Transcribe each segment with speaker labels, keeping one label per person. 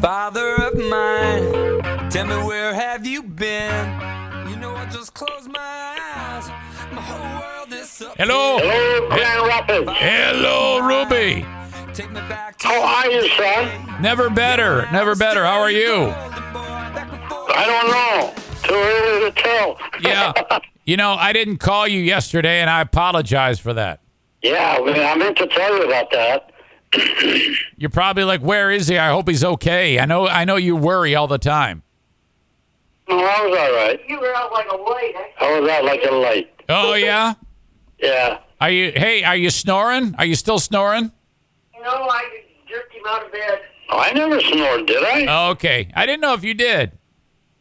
Speaker 1: Father of mine, tell me where have you been? You know I just closed my eyes. My whole world is up.
Speaker 2: Hello.
Speaker 3: Hello, Grand Rapids.
Speaker 2: Hello, Ruby.
Speaker 1: Take me back to
Speaker 3: How are you, son?
Speaker 2: Never better. Never better. How are you?
Speaker 3: I don't know. Too early to tell.
Speaker 2: Yeah. You know, I didn't call you yesterday, and I apologize for that.
Speaker 3: yeah, I, mean, I meant to tell you about that.
Speaker 2: You're probably like, "Where is he? I hope he's okay." I know. I know you worry all the time.
Speaker 3: No, I was all right.
Speaker 4: You were out like a light. eh? I
Speaker 3: I was out like a light.
Speaker 2: Oh yeah.
Speaker 3: Yeah.
Speaker 2: Are you? Hey, are you snoring? Are you still snoring?
Speaker 4: you know I jerked him out of bed.
Speaker 3: I never snored, did
Speaker 2: Uh.
Speaker 3: I?
Speaker 2: Oh, Okay. I didn't know if you did.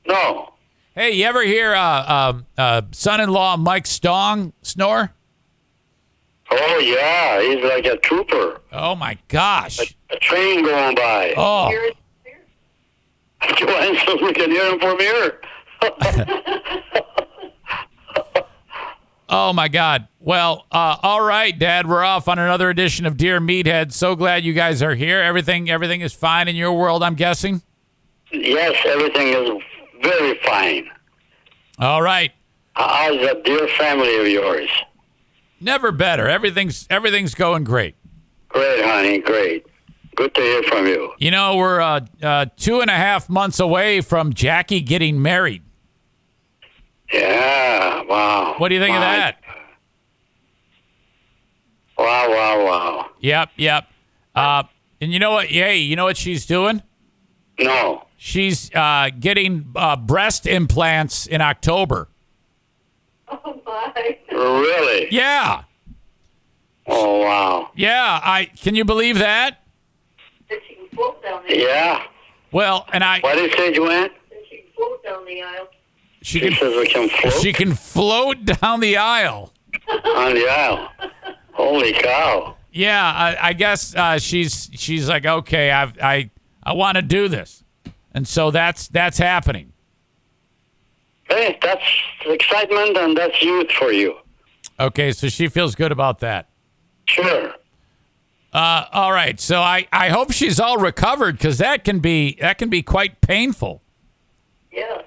Speaker 3: no.
Speaker 2: Hey, you ever hear uh, um uh, son-in-law Mike Stong snore?
Speaker 3: Oh, yeah. He's like a trooper.
Speaker 2: Oh my gosh!
Speaker 3: A train going by.
Speaker 2: Oh,
Speaker 4: Here it-
Speaker 3: Joanne says we can hear him from here.
Speaker 2: oh my God! Well, uh, all right, Dad, we're off on another edition of Dear Meathead. So glad you guys are here. Everything, everything is fine in your world, I'm guessing.
Speaker 3: Yes, everything is very fine. Uh,
Speaker 2: All right,
Speaker 3: How's that dear family of yours?
Speaker 2: never better. Everything's everything's going great.
Speaker 3: Great, honey. Great. Good to hear from you.
Speaker 2: You know, we're uh, uh, two and a half months away from Jackie getting married.
Speaker 3: Yeah. Wow.
Speaker 2: What do you think of
Speaker 3: Wow.
Speaker 2: that?
Speaker 3: Wow, wow, wow.
Speaker 2: Yep, yep. Uh, and you know what? Hey, you know what she's doing?
Speaker 3: No.
Speaker 2: She's uh, getting uh, breast implants in October.
Speaker 4: Oh my.
Speaker 3: Really?
Speaker 2: Yeah,
Speaker 3: Oh, wow.
Speaker 2: yeah. I can you believe that?
Speaker 4: That she can float down the
Speaker 3: Yeah.
Speaker 2: Well, and I
Speaker 3: What did you say, Joanne?
Speaker 4: that she can float down the aisle.
Speaker 2: she
Speaker 3: She
Speaker 2: can
Speaker 3: says we can float
Speaker 2: she can float down the aisle.
Speaker 3: on the aisle. Holy cow.
Speaker 2: Yeah, I, I guess uh, she's she's like okay, I've, I I want to do this, and so that's that's happening.
Speaker 3: Hey, that's excitement and that's youth for you.
Speaker 2: Okay, so she feels good about that.
Speaker 3: Sure.
Speaker 2: Uh, all right, so I, I hope she's all recovered because that can be that can be quite painful.
Speaker 4: Yes.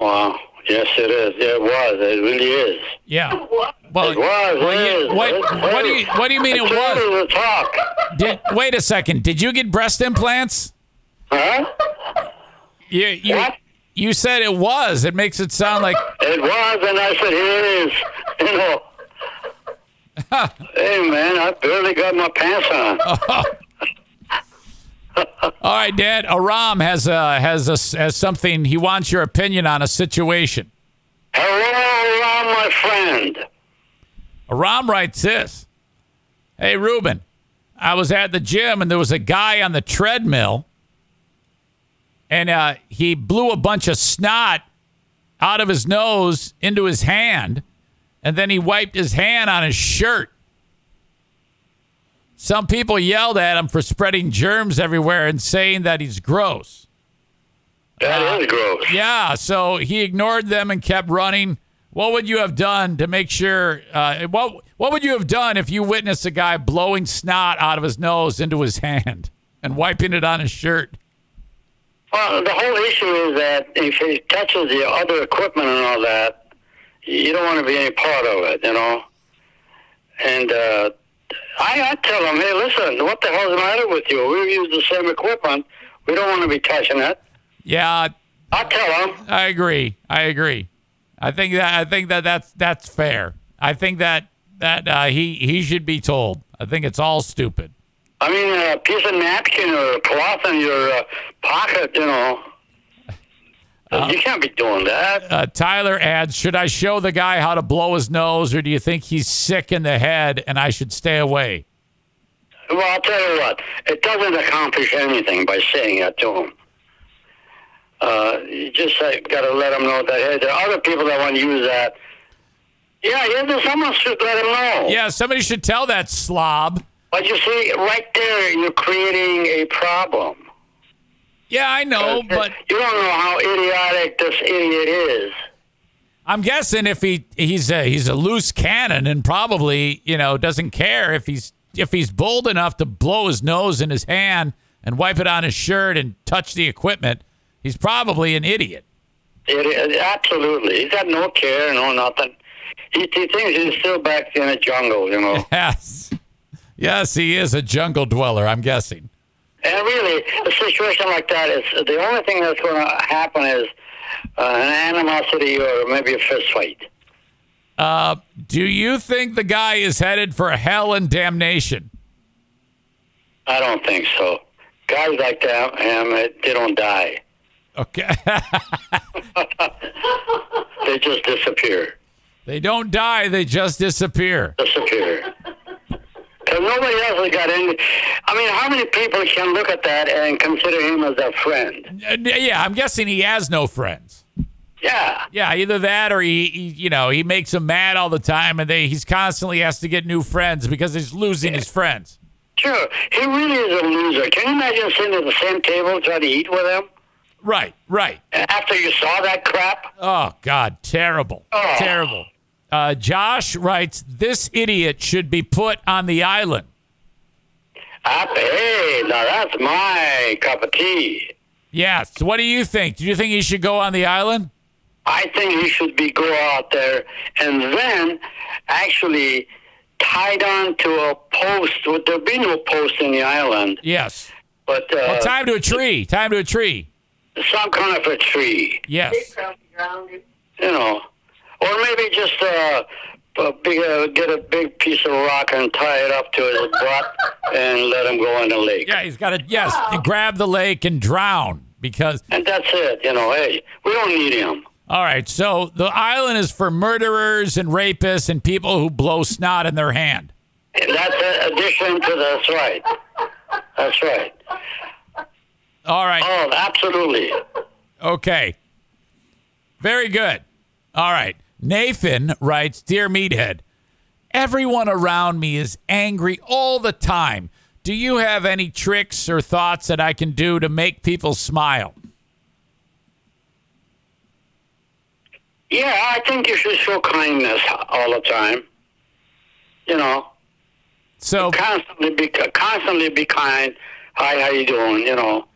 Speaker 3: Wow. Yes, it is. It was. It really is.
Speaker 2: Yeah.
Speaker 4: What?
Speaker 2: Well,
Speaker 3: It was.
Speaker 2: well,
Speaker 3: it
Speaker 2: you-
Speaker 3: is.
Speaker 2: what,
Speaker 3: It
Speaker 2: what do you
Speaker 3: is.
Speaker 2: what do you mean it
Speaker 3: It's
Speaker 2: was?
Speaker 3: harder to talk.
Speaker 2: Did, wait a second. Did you get breast implants?
Speaker 3: Huh?
Speaker 2: You, you,
Speaker 3: What?
Speaker 2: you said it was. It makes it sound like
Speaker 3: It was, and I said, here it is. You know. hey, man, I barely got my pants on.
Speaker 2: Oh. all right, Dad. Aram has a has a has something he wants your opinion on a situation.
Speaker 3: Hello, uh, my friend.
Speaker 2: Aram writes this. Hey, Ruben, I was at the gym and there was a guy on the treadmill, and uh, he blew a bunch of snot out of his nose into his hand, and then he wiped his hand on his shirt. Some people yelled at him for spreading germs everywhere and saying that he's gross.
Speaker 3: That is gross.
Speaker 2: Yeah, so he ignored them and kept running. What would you have done to make sure? Uh, what What would you have done if you witnessed a guy blowing snot out of his nose into his hand and wiping it on his shirt?
Speaker 3: Well, the whole issue is that if it touches the other equipment and all that, you don't want to be any part of it, you know. And uh, I, I tell them, hey, listen, what the hell's the matter with you? We use the same equipment. We don't want to be touching it.
Speaker 2: Yeah,
Speaker 3: I tell them,
Speaker 2: I agree. I agree. I think that I think that that's that's fair. I think that that uh, he he should be told. I think it's all stupid.
Speaker 3: I mean, a piece of napkin or a cloth in your uh, pocket, you know.
Speaker 2: Uh-huh.
Speaker 3: you can't be doing that.
Speaker 2: Uh, Tyler adds, should I show the guy how to blow his nose, or do you think he's sick in the head and I should stay away?
Speaker 3: Well, I'll tell you what, it doesn't accomplish anything by saying that to them. Uh, you just uh, got to let them know that, hey, there are other people that want to use that. Yeah, yeah, there's someone should let them know.
Speaker 2: Yeah, somebody should tell that slob.
Speaker 3: But you see, right there, you're creating a problem.
Speaker 2: Yeah, I know, but
Speaker 3: you don't know how idiotic this idiot is.
Speaker 2: I'm guessing if he he's a he's a loose cannon and probably you know doesn't care if he's if he's bold enough to blow his nose in his hand. and wipe it on his shirt and touch the equipment, he's probably an idiot.
Speaker 3: It, it, absolutely. He's got no care, no nothing. He, he thinks he's still back in the jungle, you know.
Speaker 2: Yes. Yes, he is a jungle dweller, I'm guessing.
Speaker 3: And really, a situation like that is the only thing that's going to happen is uh, an animosity or maybe a fist fight.
Speaker 2: Uh, do you think the guy is headed for hell and damnation?
Speaker 3: I don't think so. Guys like that, um, they don't die.
Speaker 2: Okay.
Speaker 3: They just disappear.
Speaker 2: they don't die, they just disappear.
Speaker 3: Disappear. Because nobody else has got any. I mean, how many people can look at that and consider him as a friend?
Speaker 2: Uh, yeah, I'm guessing he has no friends.
Speaker 3: Yeah.
Speaker 2: Yeah, either that or he, he you know, he makes them mad all the time and they he's constantly has to get new friends because he's losing his friends.
Speaker 3: Sure, he really is a loser. Can you imagine sitting at the same table trying to eat with him
Speaker 2: Right, right.
Speaker 3: after you saw that crap?
Speaker 2: Oh God, terrible,
Speaker 3: Oh.
Speaker 2: terrible. Uh, Josh writes, "This idiot should be put on the island."
Speaker 3: I, Ah, hey, now that's my cup of tea.
Speaker 2: Yes. What do you think? Do you think he should go on the island?
Speaker 3: I think he should be go out there and then actually tied on to a post. Would there be no post in the island?
Speaker 2: Yes.
Speaker 3: But uh,
Speaker 2: Well, time to a tree. Time to a tree.
Speaker 3: some kind of a tree,
Speaker 4: They
Speaker 2: Yes.
Speaker 4: probably drowned him.
Speaker 3: you know, or maybe just uh, a big, uh, get a big piece of rock and tie it up to his butt and let him go in the lake.
Speaker 2: Yeah, he's got to. Yes, grab the lake and drown because.
Speaker 3: And that's it, you know. Hey, we don't need him.
Speaker 2: All right. So the island is for murderers and rapists and people who blow snot in their hand.
Speaker 3: And that's an addition to that's right. That's right.
Speaker 2: All right.
Speaker 3: Oh, absolutely.
Speaker 2: Okay. Very good. All right. Nathan writes Dear Meathead, everyone around me is angry all the time. Do you have any tricks or thoughts that I can do to make people smile?
Speaker 3: Yeah, I think you should show kindness all the time. You know,
Speaker 2: So,
Speaker 3: constantly be constantly be kind. Hi, how you doing? You know,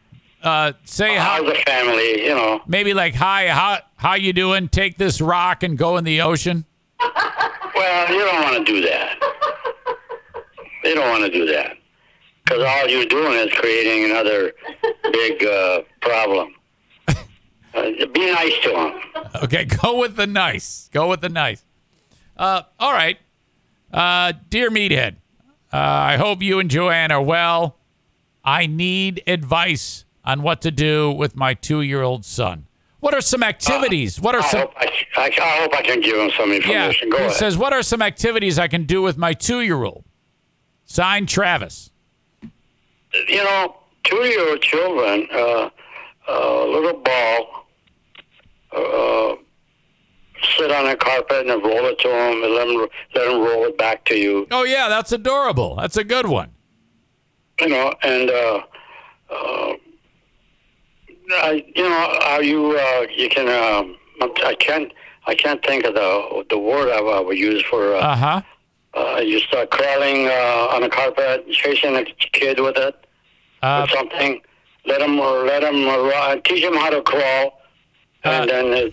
Speaker 2: uh, say
Speaker 3: how's
Speaker 2: how,
Speaker 3: the family? You know,
Speaker 2: maybe like, hi, how, how you doing? Take this rock and go in the ocean.
Speaker 3: well, you don't want to do that. You don't want to do that because all you're doing is creating another big uh, problem. Uh, be nice to them.
Speaker 2: Okay, go with the nice. Go with the nice. Uh, all right. Uh, dear Meathead, uh, I hope you and Joanne are well. I need advice on what to do with my two year old son. What are some activities? What are
Speaker 3: Uh, I
Speaker 2: some.
Speaker 3: hope I, I, I hope I can give them some
Speaker 2: Yeah.
Speaker 3: information. Go
Speaker 2: He
Speaker 3: ahead.
Speaker 2: says, What are some activities I can do with my two year old? Signed Travis.
Speaker 3: you know, two-year-old children, uh, uh, little ball, uh, sit on a carpet and then roll it to them and let them, let them roll it back to you,
Speaker 2: Oh, yeah, that's adorable. That's a good one.
Speaker 3: you know, and, uh, uh, I, you know, are you, uh, you can, um, I can't, I can't think of the, the word I, I would use for, uh,
Speaker 2: Uh huh.
Speaker 3: uh, you start crawling, uh, on a carpet, chasing a kid with it.
Speaker 2: Uh,
Speaker 3: or something. Let him, let him, uh, teach him how to crawl,
Speaker 2: Ah.
Speaker 3: and then uh,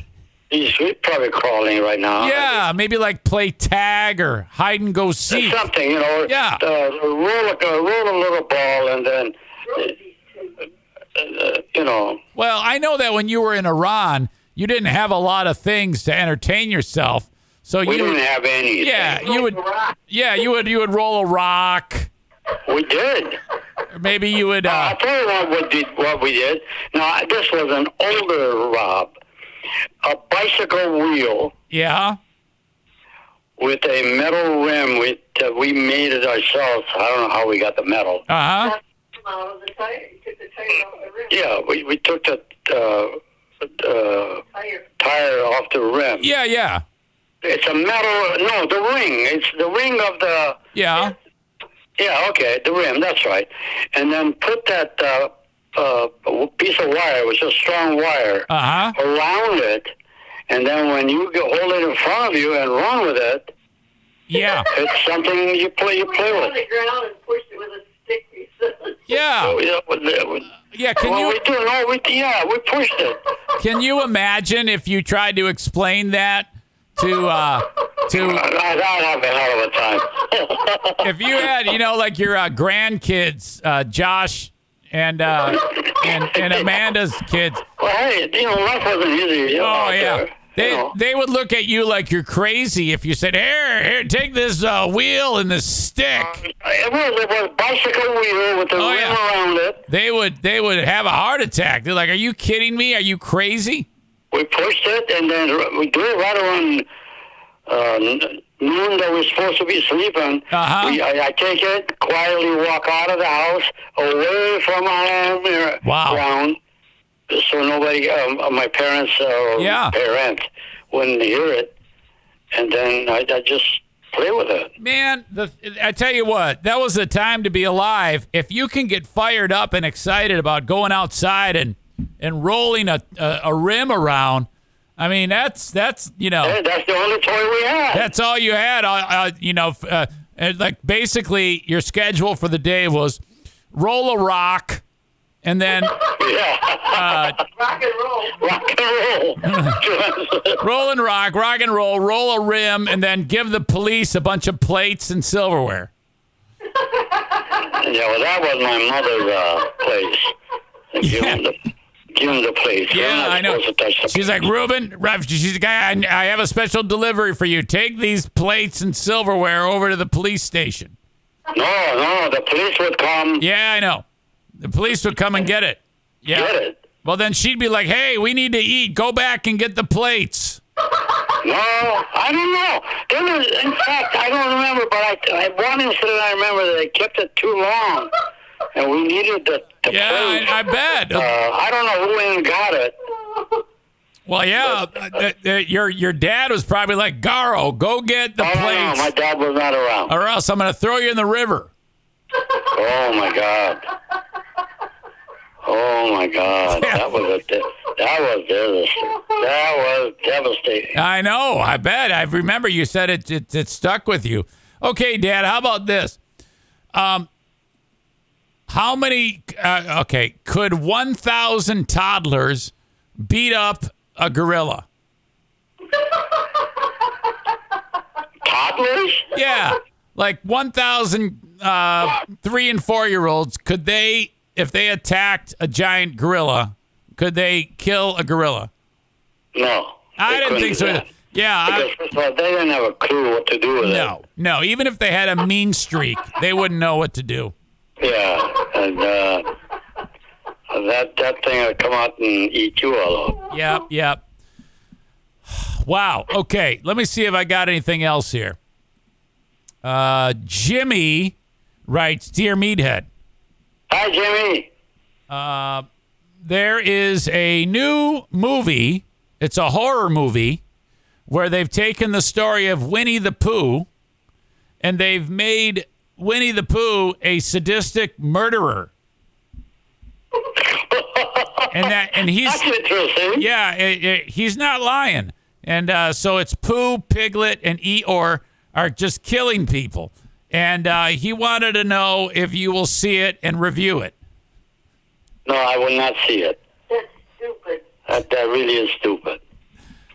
Speaker 3: he's he's probably crawling right now.
Speaker 2: yeah, maybe like play tag or hide and go seek.
Speaker 3: something you know.
Speaker 2: Yeah.
Speaker 3: Uh, roll a uh, roll a little ball, and then uh, uh, you know.
Speaker 2: Well, I know that when you were in Iran, you didn't have a lot of things to entertain yourself. So
Speaker 3: We
Speaker 2: you,
Speaker 3: didn't have any.
Speaker 2: yeah, you would, yeah, you would, you would roll a rock.
Speaker 3: We did.
Speaker 2: Or maybe you would.
Speaker 3: I
Speaker 2: Uh,
Speaker 3: tell you what we did. What we did. Now this was an older Rob, a bicycle wheel
Speaker 2: yeah.
Speaker 3: with a metal rim. We uh, we made it ourselves. I don't know how we got the metal.
Speaker 2: Uh huh.
Speaker 4: Come out of the tire. He took the tire off the rim.
Speaker 3: Yeah, we, we took the uh, uh,
Speaker 4: Tire.
Speaker 3: tire off the rim.
Speaker 2: Yeah, yeah,
Speaker 3: It's a metal, no, the ring. It's the ring of the,
Speaker 2: yeah.
Speaker 3: yeah, okay, the rim, that's right. And then put that uh, uh, piece of wire, it was a strong wire,
Speaker 2: Uh huh.
Speaker 3: around it. And then when you go, hold it in front of you and run with it,
Speaker 2: Yeah.
Speaker 3: it's something you play, you
Speaker 4: Put
Speaker 3: play
Speaker 4: it
Speaker 3: with.
Speaker 4: on the ground and pushed it with a stick. He
Speaker 2: Yeah.
Speaker 3: You know, with the- with-
Speaker 2: Yeah. Can
Speaker 3: well,
Speaker 2: you
Speaker 3: we do no, we yeah, we pushed it.
Speaker 2: can you imagine if you tried to explain that to uh, to
Speaker 3: I, I'd have a hell of a time.
Speaker 2: if you had you know like your uh, grandkids uh, Josh and uh, and and Amanda's kids
Speaker 3: well, hey, you know, life wasn't easy. You know,
Speaker 2: Oh
Speaker 3: out
Speaker 2: yeah.
Speaker 3: there, you
Speaker 2: They,
Speaker 3: know.
Speaker 2: they would look at you like you're crazy if you said, "Here, here, take this uh, wheel and this stick."
Speaker 3: It was it was bicycle wheel with the
Speaker 2: Oh,
Speaker 3: rim
Speaker 2: yeah.
Speaker 3: around it.
Speaker 2: They would they would have a heart attack. They're like, "Are you kidding me? Are you crazy?"
Speaker 3: We pushed it, and then r- we do it right around uh, n- noon that we're supposed to be sleeping.
Speaker 2: Uh-huh.
Speaker 3: We, I, I take it quietly, walk out of the house, away from our home or
Speaker 2: Wow.
Speaker 3: ground, so nobody, um, uh, my parents or
Speaker 2: Yeah.
Speaker 3: parents, wouldn't hear it. And then I, I just play with it.
Speaker 2: Man, the, I tell you what, that was the time to be alive. If you can get fired up and excited about going outside and and rolling a a, a rim around, I mean, that's that's you know.
Speaker 3: Hey, that's the only toy we had.
Speaker 2: That's all you had. Uh, uh, you know, f- uh, and, like basically your schedule for the day was roll a rock and then
Speaker 4: Rock and roll.
Speaker 3: rock and roll.
Speaker 2: roll and rock, rock and roll, roll a rim, and then give the police a bunch of plates and silverware.
Speaker 3: Yeah, well, that was my mother's uh, place. Give him the, give him the place. We're
Speaker 2: Yeah,
Speaker 3: not
Speaker 2: I know.
Speaker 3: supposed to touch the
Speaker 2: She's like, Reuben, Rev- she's like, I, I have a special delivery for you. Take these plates and silverware over to the police station.
Speaker 3: No, no, the police would come
Speaker 2: Yeah, I know. The police would come and get it. Yeah.
Speaker 3: get it.
Speaker 2: Well, then she'd be like, hey, we need to eat. Go back and get the plates.
Speaker 3: No, I don't know. There was, in fact, I don't remember, but I, I one incident I remember that they kept it too long, and we needed the, the
Speaker 2: Yeah,
Speaker 3: place.
Speaker 2: I, I bet.
Speaker 3: uh, I don't know who went and got it.
Speaker 2: Well, yeah, uh, th- th- your your dad was probably like, "Garo, go get the
Speaker 3: I don't
Speaker 2: plates,
Speaker 3: know. My dad was not around.
Speaker 2: or else I'm gonna throw you in the river."
Speaker 3: Oh my God. Oh my God. That was a de- that was devastating. That was devastating.
Speaker 2: I know, I bet. I remember you said it. It, it stuck with you. Okay, Dad, how about this? Um, how many? Uh, okay, could 1,000 toddlers beat up a gorilla?
Speaker 3: Toddlers?
Speaker 2: Yeah, like 1,000 uh, three and four year olds, could they, if they attacked a giant gorilla, could they kill a gorilla?
Speaker 3: No.
Speaker 2: I
Speaker 3: they
Speaker 2: didn't
Speaker 3: couldn't
Speaker 2: think
Speaker 3: do
Speaker 2: so.
Speaker 3: that.
Speaker 2: Yeah,
Speaker 3: Because
Speaker 2: I,
Speaker 3: first of all, they didn't have a clue what to do with
Speaker 2: no, no. Even if they had a mean streak, they wouldn't know what to do.
Speaker 3: it. Yeah. And uh, that that thing would come out and eat you all up.
Speaker 2: Yep, yep. Wow. Okay, let me see if I got anything else here. Uh, Jimmy writes, "Dear Meathead,
Speaker 3: Hi, Jimmy.
Speaker 2: there is a new movie. It's a horror movie where they've taken the story of Winnie the Pooh and they've made Winnie the Pooh a sadistic murderer. and that and he's
Speaker 3: That's interesting.
Speaker 2: yeah, it, it, he's not lying. And uh, so it's Pooh, Piglet, and Eeyore are just killing people. And uh, he wanted to know if you will see it and review it.
Speaker 3: No, I will not see it.
Speaker 4: That's stupid.
Speaker 3: That, that really is stupid.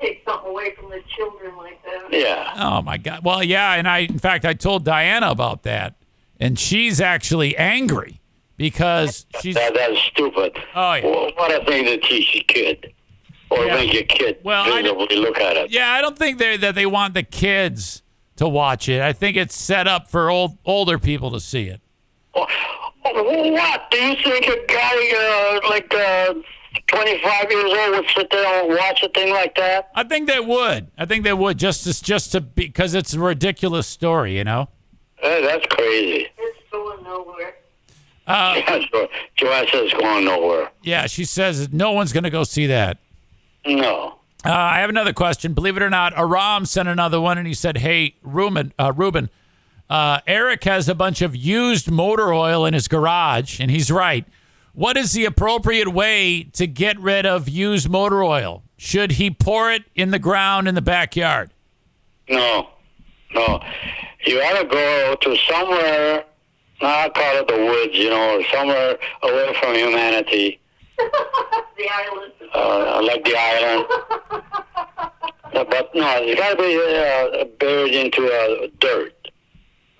Speaker 4: Take something away from the children like that.
Speaker 3: Yeah.
Speaker 2: Oh my God! Well, yeah, and I, in fact, I told Diana about that, and she's actually angry because she's
Speaker 3: That, that's stupid.
Speaker 2: Oh, yeah.
Speaker 3: Wha- What a thing to teach a kid. Or
Speaker 2: Yeah.
Speaker 3: make a kid
Speaker 2: Well, I didn't-
Speaker 3: visibly look at it.
Speaker 2: yeah. I don't think they that they want the kids to watch it. I think it's set up for old older people to see it.
Speaker 3: Wha- What? Do you think a guy uh, like uh, 25 years old would sit there and watch a thing like that?
Speaker 2: I think they would. I think they would just to, just to because it's a ridiculous story, you know.
Speaker 3: Uh, that's crazy.
Speaker 4: It's going nowhere.
Speaker 2: Uh-huh.
Speaker 3: Jo- Joanne says it's going nowhere.
Speaker 2: Yeah, she says no one's going to go see that.
Speaker 3: No.
Speaker 2: Uh, I have another question. Believe it or not, Aram sent another one, and he said, "Hey, Ruben, uh, Ruben, uh, Eric has a bunch of used motor oil in his garage, and he's right. What is the appropriate way to get rid of used motor oil? Should he pour it in the ground in the backyard?
Speaker 3: No. No. You ought to go to somewhere I call it the woods, you know, or somewhere away from humanity,
Speaker 4: the island.
Speaker 3: uh, like the island. Uh, But no, it's got to be uh, buried into uh, dirt,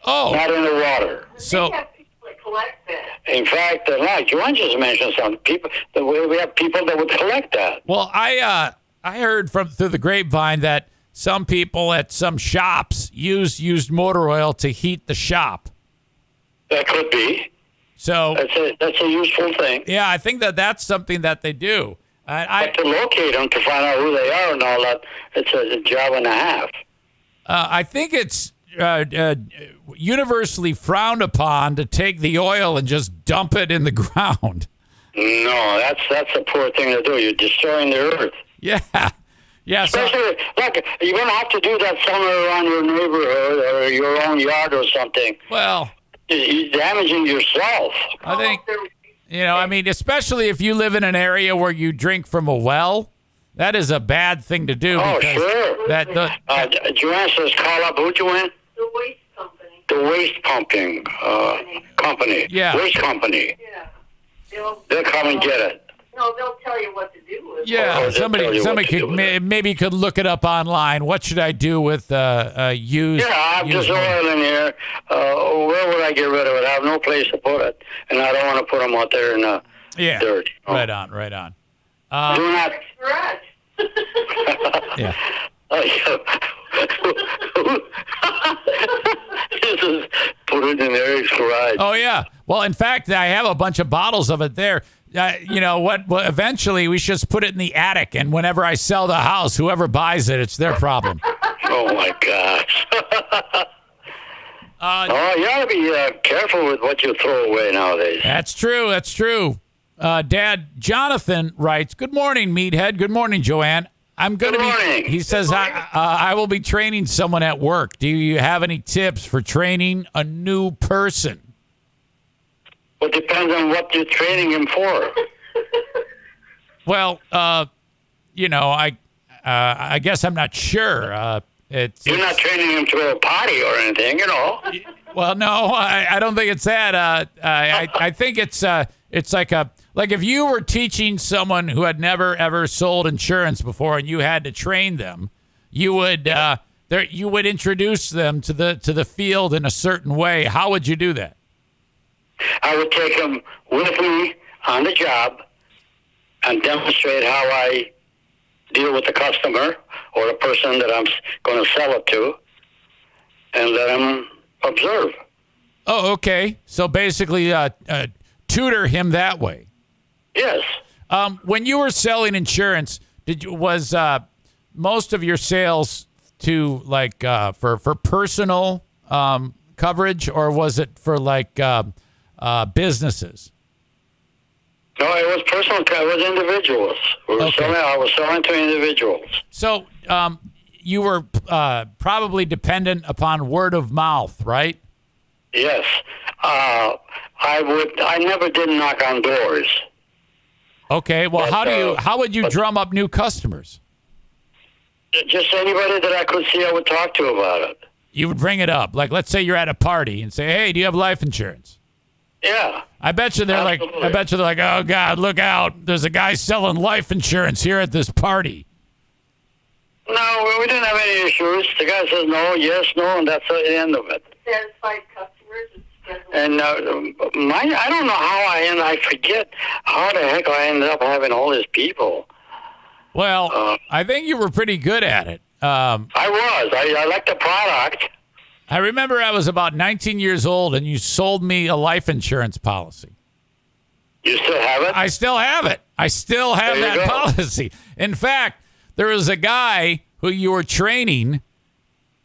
Speaker 2: Oh,
Speaker 3: not in the water.
Speaker 2: so
Speaker 4: They have people that collect that.
Speaker 3: In fact, uh, like Juan just mentioned, some people that we we have people that would collect that.
Speaker 2: well, I uh, I heard from through the grapevine that some people at some shops use used motor oil to heat the shop.
Speaker 3: That could be.
Speaker 2: So
Speaker 3: That's a that's a useful thing.
Speaker 2: yeah, I think that that's something that they do. I,
Speaker 3: But to locate them, to find out who they are and all that, it's a, a job and a half.
Speaker 2: I uh, I think it's uh, uh, universally frowned upon to take the oil and just dump it in the ground.
Speaker 3: No, that's that's a poor thing to do. You're destroying the earth.
Speaker 2: Yeah, yeah. So,
Speaker 3: Especially, like you're gonna have to do that somewhere around your neighborhood or your own yard or something.
Speaker 2: well,
Speaker 3: You're damaging yourself.
Speaker 2: I think
Speaker 4: They're weak.
Speaker 2: You know, I mean, especially if you live in an area where you drink from a well, that is a bad thing to do.
Speaker 3: Oh,
Speaker 2: because
Speaker 3: sure.
Speaker 2: That the,
Speaker 3: Uh, J- Joanne says, call up who Joanne?
Speaker 4: The waste company.
Speaker 3: The waste pumping uh, company.
Speaker 2: Yeah.
Speaker 3: Waste company.
Speaker 4: Yeah. They'll,
Speaker 3: They'll come and get it.
Speaker 4: No, they'll tell you what to do with it.
Speaker 2: yeah,
Speaker 3: I'll just Oh, tell
Speaker 2: somebody
Speaker 3: you
Speaker 2: somebody
Speaker 3: what to do
Speaker 2: could
Speaker 3: with
Speaker 2: may,
Speaker 3: it.
Speaker 2: maybe could look it up online. What should I do with uh, uh used?
Speaker 3: Yeah, I have
Speaker 2: used
Speaker 3: just oil in here. Uh, where would I get rid of it? I have no place to put it, and I don't want to put them out there in the
Speaker 2: yeah.
Speaker 3: dirt. Oh.
Speaker 2: Right on, right on. Uh,
Speaker 3: Do not.
Speaker 4: Garage.
Speaker 2: Yeah.
Speaker 3: uh, this is put it in Eric's garage.
Speaker 2: Oh yeah. Well, in fact, I have a bunch of bottles of it there. Uh, you know what? Well, eventually, we should just put it in the attic, and whenever I sell the house, whoever buys it, it's their problem.
Speaker 3: Oh my gosh. oh, you gotta be uh, careful with what you throw away nowadays.
Speaker 2: That's true. That's true. Uh, Dad Jonathan writes, "Good morning, Meathead. Good morning, Joanne. I'm going to
Speaker 3: Good
Speaker 2: be."
Speaker 3: morning.
Speaker 2: He says, "I uh, I will be training someone at work. Do you have any tips for training a new person?"
Speaker 3: It depends on what you're training him for.
Speaker 2: Well, uh, you know, I uh, I guess I'm not sure. Uh, it's,
Speaker 3: You're not training him to go potty or anything, you know.
Speaker 2: well, no, I, I don't think it's that. Uh, I, I I think it's uh, it's like a like if you were teaching someone who had never ever sold insurance before and you had to train them, you would uh, there you would introduce them to the to the field in a certain way. How would you do that?
Speaker 3: I would take him with me on the job and demonstrate how I deal with the customer or the person that I'm going to sell it to and let him observe.
Speaker 2: Oh, okay. So basically, uh, uh, tutor him that way.
Speaker 3: Yes.
Speaker 2: Um, when you were selling insurance, did you was uh, most of your sales to like uh, for for personal um, coverage, or was it for like uh, uh, businesses?
Speaker 3: No, it was personal. It was individuals. We were
Speaker 2: Okay.
Speaker 3: selling, I was selling to individuals.
Speaker 2: So um, you were uh, probably dependent upon word of mouth, right?
Speaker 3: Yes. Uh, I would. I never did knock on doors.
Speaker 2: Okay. Well,
Speaker 3: But,
Speaker 2: how do you
Speaker 3: uh,
Speaker 2: how would you
Speaker 3: but-
Speaker 2: drum up new customers?
Speaker 3: Just anybody that I could see, I would talk to about it.
Speaker 2: You would bring it up, like let's say you're at a party and say, "Hey, do you have life insurance?"
Speaker 3: Yeah.
Speaker 2: I bet you they're like,
Speaker 3: Absolutely.
Speaker 2: I bet you they're like, oh God, look out! There's a guy selling life insurance here at this party.
Speaker 3: No, we- we didn't have any issues. The guy says no, yes, no, and that's the end of it.
Speaker 4: Satisfied customers. It's generally-
Speaker 3: And uh, my, I don't know how I end. I forget how the heck I ended up having all these people.
Speaker 2: Well,
Speaker 3: Uh.
Speaker 2: I think you were pretty good at it. Um,
Speaker 3: I was. I, I liked the product.
Speaker 2: I remember I was about 19 years old, and you sold me a life insurance policy.
Speaker 3: You still have it?
Speaker 2: I still have it. I still have
Speaker 3: There you
Speaker 2: that
Speaker 3: go.
Speaker 2: policy. In fact, there was a guy who you were training.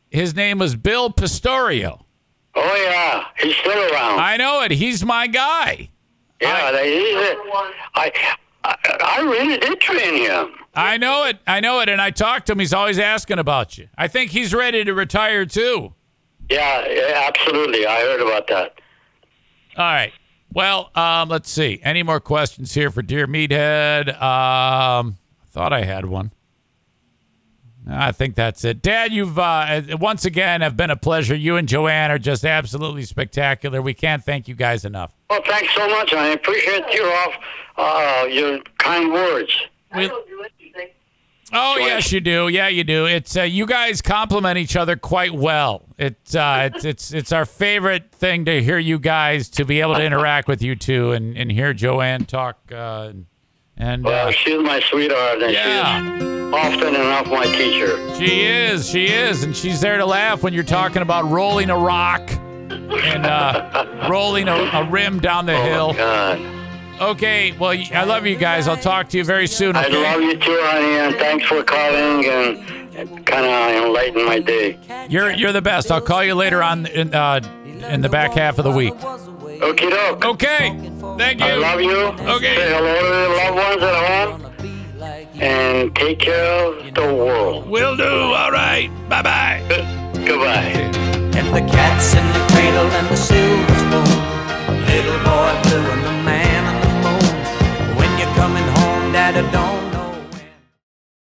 Speaker 2: His name was Bill Pistorio.
Speaker 3: oh yeah, he's still around.
Speaker 2: I know it. He's my guy.
Speaker 3: yeah,
Speaker 2: I-
Speaker 3: they, he's a,
Speaker 4: Number one.
Speaker 3: I, I, I really did train him.
Speaker 2: I know it. I know it. And I talked to him. He's always asking about you. I think he's ready to retire too.
Speaker 3: Yeah, yeah, absolutely. I heard about that.
Speaker 2: All right. Well, um, let's see. Any more questions here for Dear Meathead? Um, I thought I had one. I think that's it. Dad, you've uh, once again have been a pleasure. You and Joanne are just absolutely spectacular. We can't thank you guys enough.
Speaker 3: Well, thanks so much. I appreciate your off uh, your kind words.
Speaker 4: I don't do anything.
Speaker 2: Oh
Speaker 3: Joanne.
Speaker 2: yes, you do. Yeah, you do. It's uh, you guys complement each other quite well. It's uh, it's it's it's our favorite thing to hear you guys to be able to interact with you two and and hear Joanne talk uh, and
Speaker 3: Well,
Speaker 2: uh,
Speaker 3: she's my sweetheart, and
Speaker 2: yeah,
Speaker 3: she's often enough my teacher.
Speaker 2: she is, she is, and she's there to laugh when you're talking about rolling a rock and uh, rolling a, a rim down the
Speaker 3: Oh,
Speaker 2: hill.
Speaker 3: God.
Speaker 2: Okay, well, y- I love you guys. I'll talk to you very soon.
Speaker 3: I
Speaker 2: Okay?
Speaker 3: love you too, honey, and thanks for calling and, kind of enlightened my day.
Speaker 2: You're you're the best. I'll call you later on in uh, in the back half of the week.
Speaker 3: Okie doke.
Speaker 2: Okay, thank you.
Speaker 3: I love you.
Speaker 2: Okay.
Speaker 3: Say hello to your loved ones at home. And take care of the world.
Speaker 2: Will do. All right. Bye bye.
Speaker 3: Goodbye.
Speaker 5: And the cat's in the cradle and the silver spoon. Little boy blue and the man on the moon. When you're coming home, Dad, don't